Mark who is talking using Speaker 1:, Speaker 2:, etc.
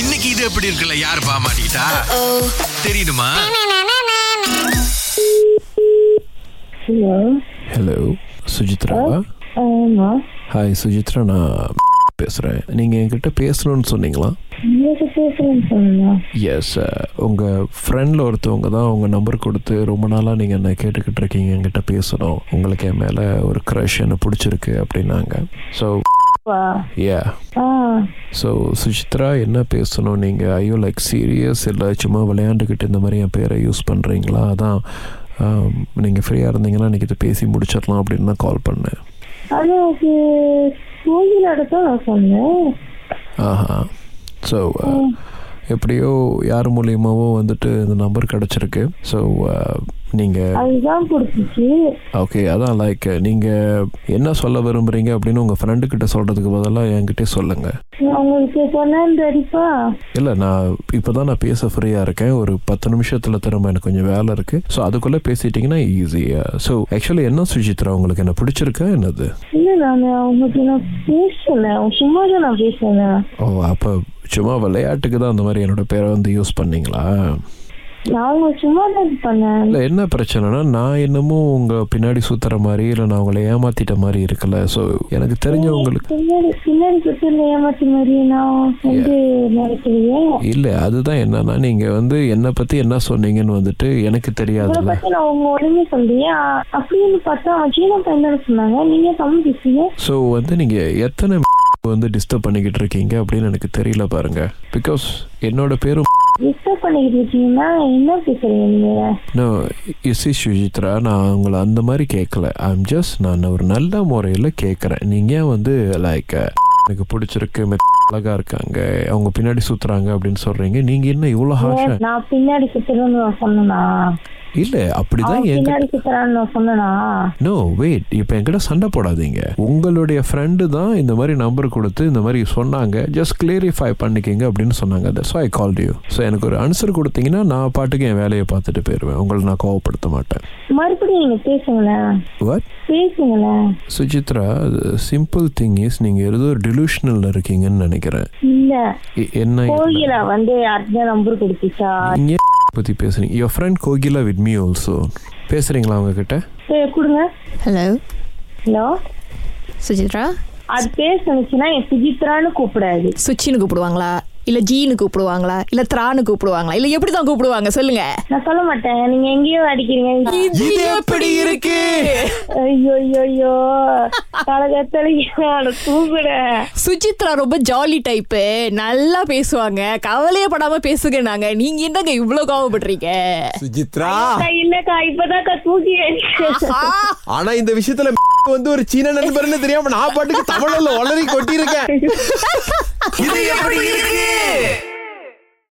Speaker 1: இன்னைக்கு இது எப்படி இருக்குல்ல யார் பாமாட்டா தெரியுமா
Speaker 2: ஹலோ
Speaker 3: ஹலோ சுஜித்ரா
Speaker 2: ஆமா
Speaker 3: ஹாய் சுஜித்ரா நான் பேசுகிறேன் நீங்கள் என்கிட்ட பேசணும்னு சொன்னீங்களா
Speaker 2: உங்களுக்கு பேசலன்னு சொல்லலாம்
Speaker 3: எஸ் உங்கள் ஃப்ரெண்டில் ஒருத்தவங்க தான் உங்கள் நம்பர் கொடுத்து ரொம்ப நாளாக நீங்கள் என்ன கேட்டுக்கிட்டு இருக்கீங்க என்கிட்ட பேசணும் உங்களுக்கு என் மேலே ஒரு க்ரஷ் என்ன பிடிச்சிருக்கு அப்படின்னாங்க ஸோ
Speaker 2: வா
Speaker 3: யா
Speaker 2: ஆ
Speaker 3: ஸோ சுஜித்ரா என்ன பேசணும் நீங்கள் ஐயோ லைக் சீரியஸ் இல்லை சும்மா விளையாண்டுக்கிட்டு இந்த மாதிரி என் பேரை யூஸ் பண்ணுறீங்களா அதான் நீங்கள் ஃப்ரீயாக இருந்தீங்கன்னா இன்றைக்கி இதை பேசி முடிச்சிடலாம் அப்படின்னு தான் கால் பண்ணேன்
Speaker 2: அது எனக்கு கோயிலோட தான் நான் சொன்னேன்
Speaker 3: ஆஹா ஸோ எப்படியோ யார் மூலியமாவோ வந்துட்டு இந்த நம்பர் கிடச்சிருக்கு ஸோ நீங்கள்
Speaker 2: அதுதான் பிடிச்சிச்சு
Speaker 3: ஓகே அதான் லைக் நீங்கள் என்ன சொல்ல விரும்புகிறீங்க அப்படின்னு உங்கள் ஃப்ரெண்டுக்கிட்ட சொல்கிறதுக்கு பதிலாக என்கிட்டே சொல்லுங்கள்
Speaker 2: நான் உங்களுக்கு சொன்னேன் அடிப்பா
Speaker 3: இல்லை நான் இப்போ தான் நான் பேச ஃப்ரீயாக இருக்கேன் ஒரு பத்து நிமிஷத்தில் திரும்ப எனக்கு கொஞ்சம் வேலை இருக்குது ஸோ அதுக்குள்ளே பேசிட்டிங்கன்னா ஈஸியாக ஸோ ஆக்சுவலி என்ன சுஜித்ரா உங்களுக்கு என்ன பிடிச்சிருக்கா என்னது
Speaker 2: இல்லை நான் உங்களுக்கு நான் பேசலை சும்மா தான் நான் பேசினேன்
Speaker 3: ஓ அப்போ சும்மா விளையாட்டுக்கு தான் அந்த மாதிரி என்னோட பேரை வந்து யூஸ் பண்ணீங்களா
Speaker 2: நான் உங்களுக்கு சும்மா தான் பண்ணேன்
Speaker 3: இல்லை என்ன பிரச்சனைனா நான் என்னமோ உங்கள் பின்னாடி சுற்றுற மாதிரி இல்லை நான் உங்களை ஏமாத்திட்ட மாதிரி இருக்குல்ல ஸோ எனக்கு தெரிஞ்சவங்களுக்கு
Speaker 2: பின்னாடி பின்னாடி சுத்தில ஏமாத்தி மாதிரி நான் வந்து நினைக்கலையே
Speaker 3: இல்லை அதுதான் என்னன்னா நீங்கள் வந்து என்னை பற்றி என்ன சொன்னீங்கன்னு வந்துட்டு எனக்கு
Speaker 2: உங்களை
Speaker 3: தெரியாதுல்ல
Speaker 2: பத்தி நான் உங்க உடனே சொல்லியே அப்படின்னு பார்த்தா சீனா பையன் சொன்னாங்க நீங்க தமிழ் பேசுறீங்க
Speaker 3: ஸோ வந்து நீங்கள் எத்தனை வந்து டிஸ்டர்ப் பண்ணிக்கிட்டு இருக்கீங்க அப்படின்னு எனக்கு தெரியல பாருங்க பிகாஸ் என்னோட பேரும்
Speaker 2: டிஸ்டர்ப் பண்ணிக்கிட்டு இருக்கீங்கன்னா என்ன பேசுறீங்க நீங்க
Speaker 3: நான் இசி சுஜித்ரா நான் உங்களை அந்த மாதிரி கேட்கல ஐம் ஜஸ்ட் நான் ஒரு நல்ல முறையில் கேட்குறேன் நீங்கள் வந்து லைக் எனக்கு பிடிச்சிருக்கு மெத் அழகா இருக்காங்க அவங்க பின்னாடி சுத்துறாங்க அப்படின்னு சொல்றீங்க நீங்க என்ன இவ்வளோ ஹாஷா
Speaker 2: நான் பின்னாடி சுத்துறேன்னு நான் சொன்னனா
Speaker 3: இல்ல அப்படிதான்
Speaker 2: அவன்
Speaker 3: எங்க
Speaker 2: பின்னாடி சுத்துறான்னு நான் சொன்னனா
Speaker 3: நோ வெயிட் இப்போ என்கிட்ட சண்டை போடாதீங்க உங்களுடைய ஃப்ரெண்டு தான் இந்த மாதிரி நம்பர் கொடுத்து இந்த மாதிரி சொன்னாங்க ஜஸ்ட் கிளியரிஃபை பண்ணிக்கிங்க அப்படின்னு சொன்னாங்க that's I call you so எனக்கு ஒரு ஆன்சர் கொடுத்தீங்கன்னா நான் பாட்டுக்கு என் வேலையை பார்த்துட்டு போயிடுவேன் உங்களை நான் கோவப்படுத்த மாட்டேன்
Speaker 2: மறுபடியும் நீங்க பேசுங்களேன்
Speaker 3: வாட்
Speaker 2: பேசுங்களேன்
Speaker 3: சுஜித்ரா சிம்பிள் திங் இஸ் நீங்கள் ஏதோ ஒரு டிலூஷனலில் இருக்கீங்கன்னு நினைக்கிறேன்
Speaker 2: இல்ல
Speaker 3: எ- என்ன
Speaker 2: கோகிலா வந்து அடுத்த நம்பர் கொடுத்துச்சா
Speaker 3: நீங்கள் பற்றி பேசுறீங்க your friend Kokila with me also பேசுகிறீங்களா அவங்கக்கிட்ட
Speaker 2: சரி கொடுங்க
Speaker 4: ஹலோ
Speaker 2: ஹலோ
Speaker 4: சுஜித்ரா
Speaker 2: அது பேர் சொன்னுச்சுன்னா என் சுஜித்ரான்னு கூப்பிடாது
Speaker 4: சுச்சின்னு கூப்பிடுவாங்களா இல்ல ஜீனு கூப்பிடுவாங்களா இல்ல த்ரான்னு கூப்பிடுவாங்களா இல்ல எப்படி தான் கூப்பிடுவாங்க சொல்லுங்க
Speaker 2: நான் சொல்ல மாட்டேன் நீங்க எங்கேயோ அடிக்கிறீங்க
Speaker 4: இது எப்படி இருக்கு
Speaker 2: ஐயோ ஐயோ ஐயோ கலகத்தலைக்கு தூங்குறேன்
Speaker 4: சுஜித்ரா ரொம்ப ஜாலி டைப்பு நல்லா பேசுவாங்க கவலையே படாம பேசுங்க நாங்க நீங்க என்னங்க இவ்ளோ கோவப்படுறீங்க
Speaker 5: சுஜித்ரா
Speaker 2: அக்கா, இல்லக்கா இப்பதான்க்கா தூக்கி
Speaker 4: ஆ,
Speaker 5: ஆனா இந்த விஷயத்துல வந்து ஒரு சீன நண்பர்னு தெரியாம நான் பாட்டுக்கு தமிழ்ல ஒளறி கொட்டியிருக்கேன்
Speaker 1: இது எப்படி இருக்கு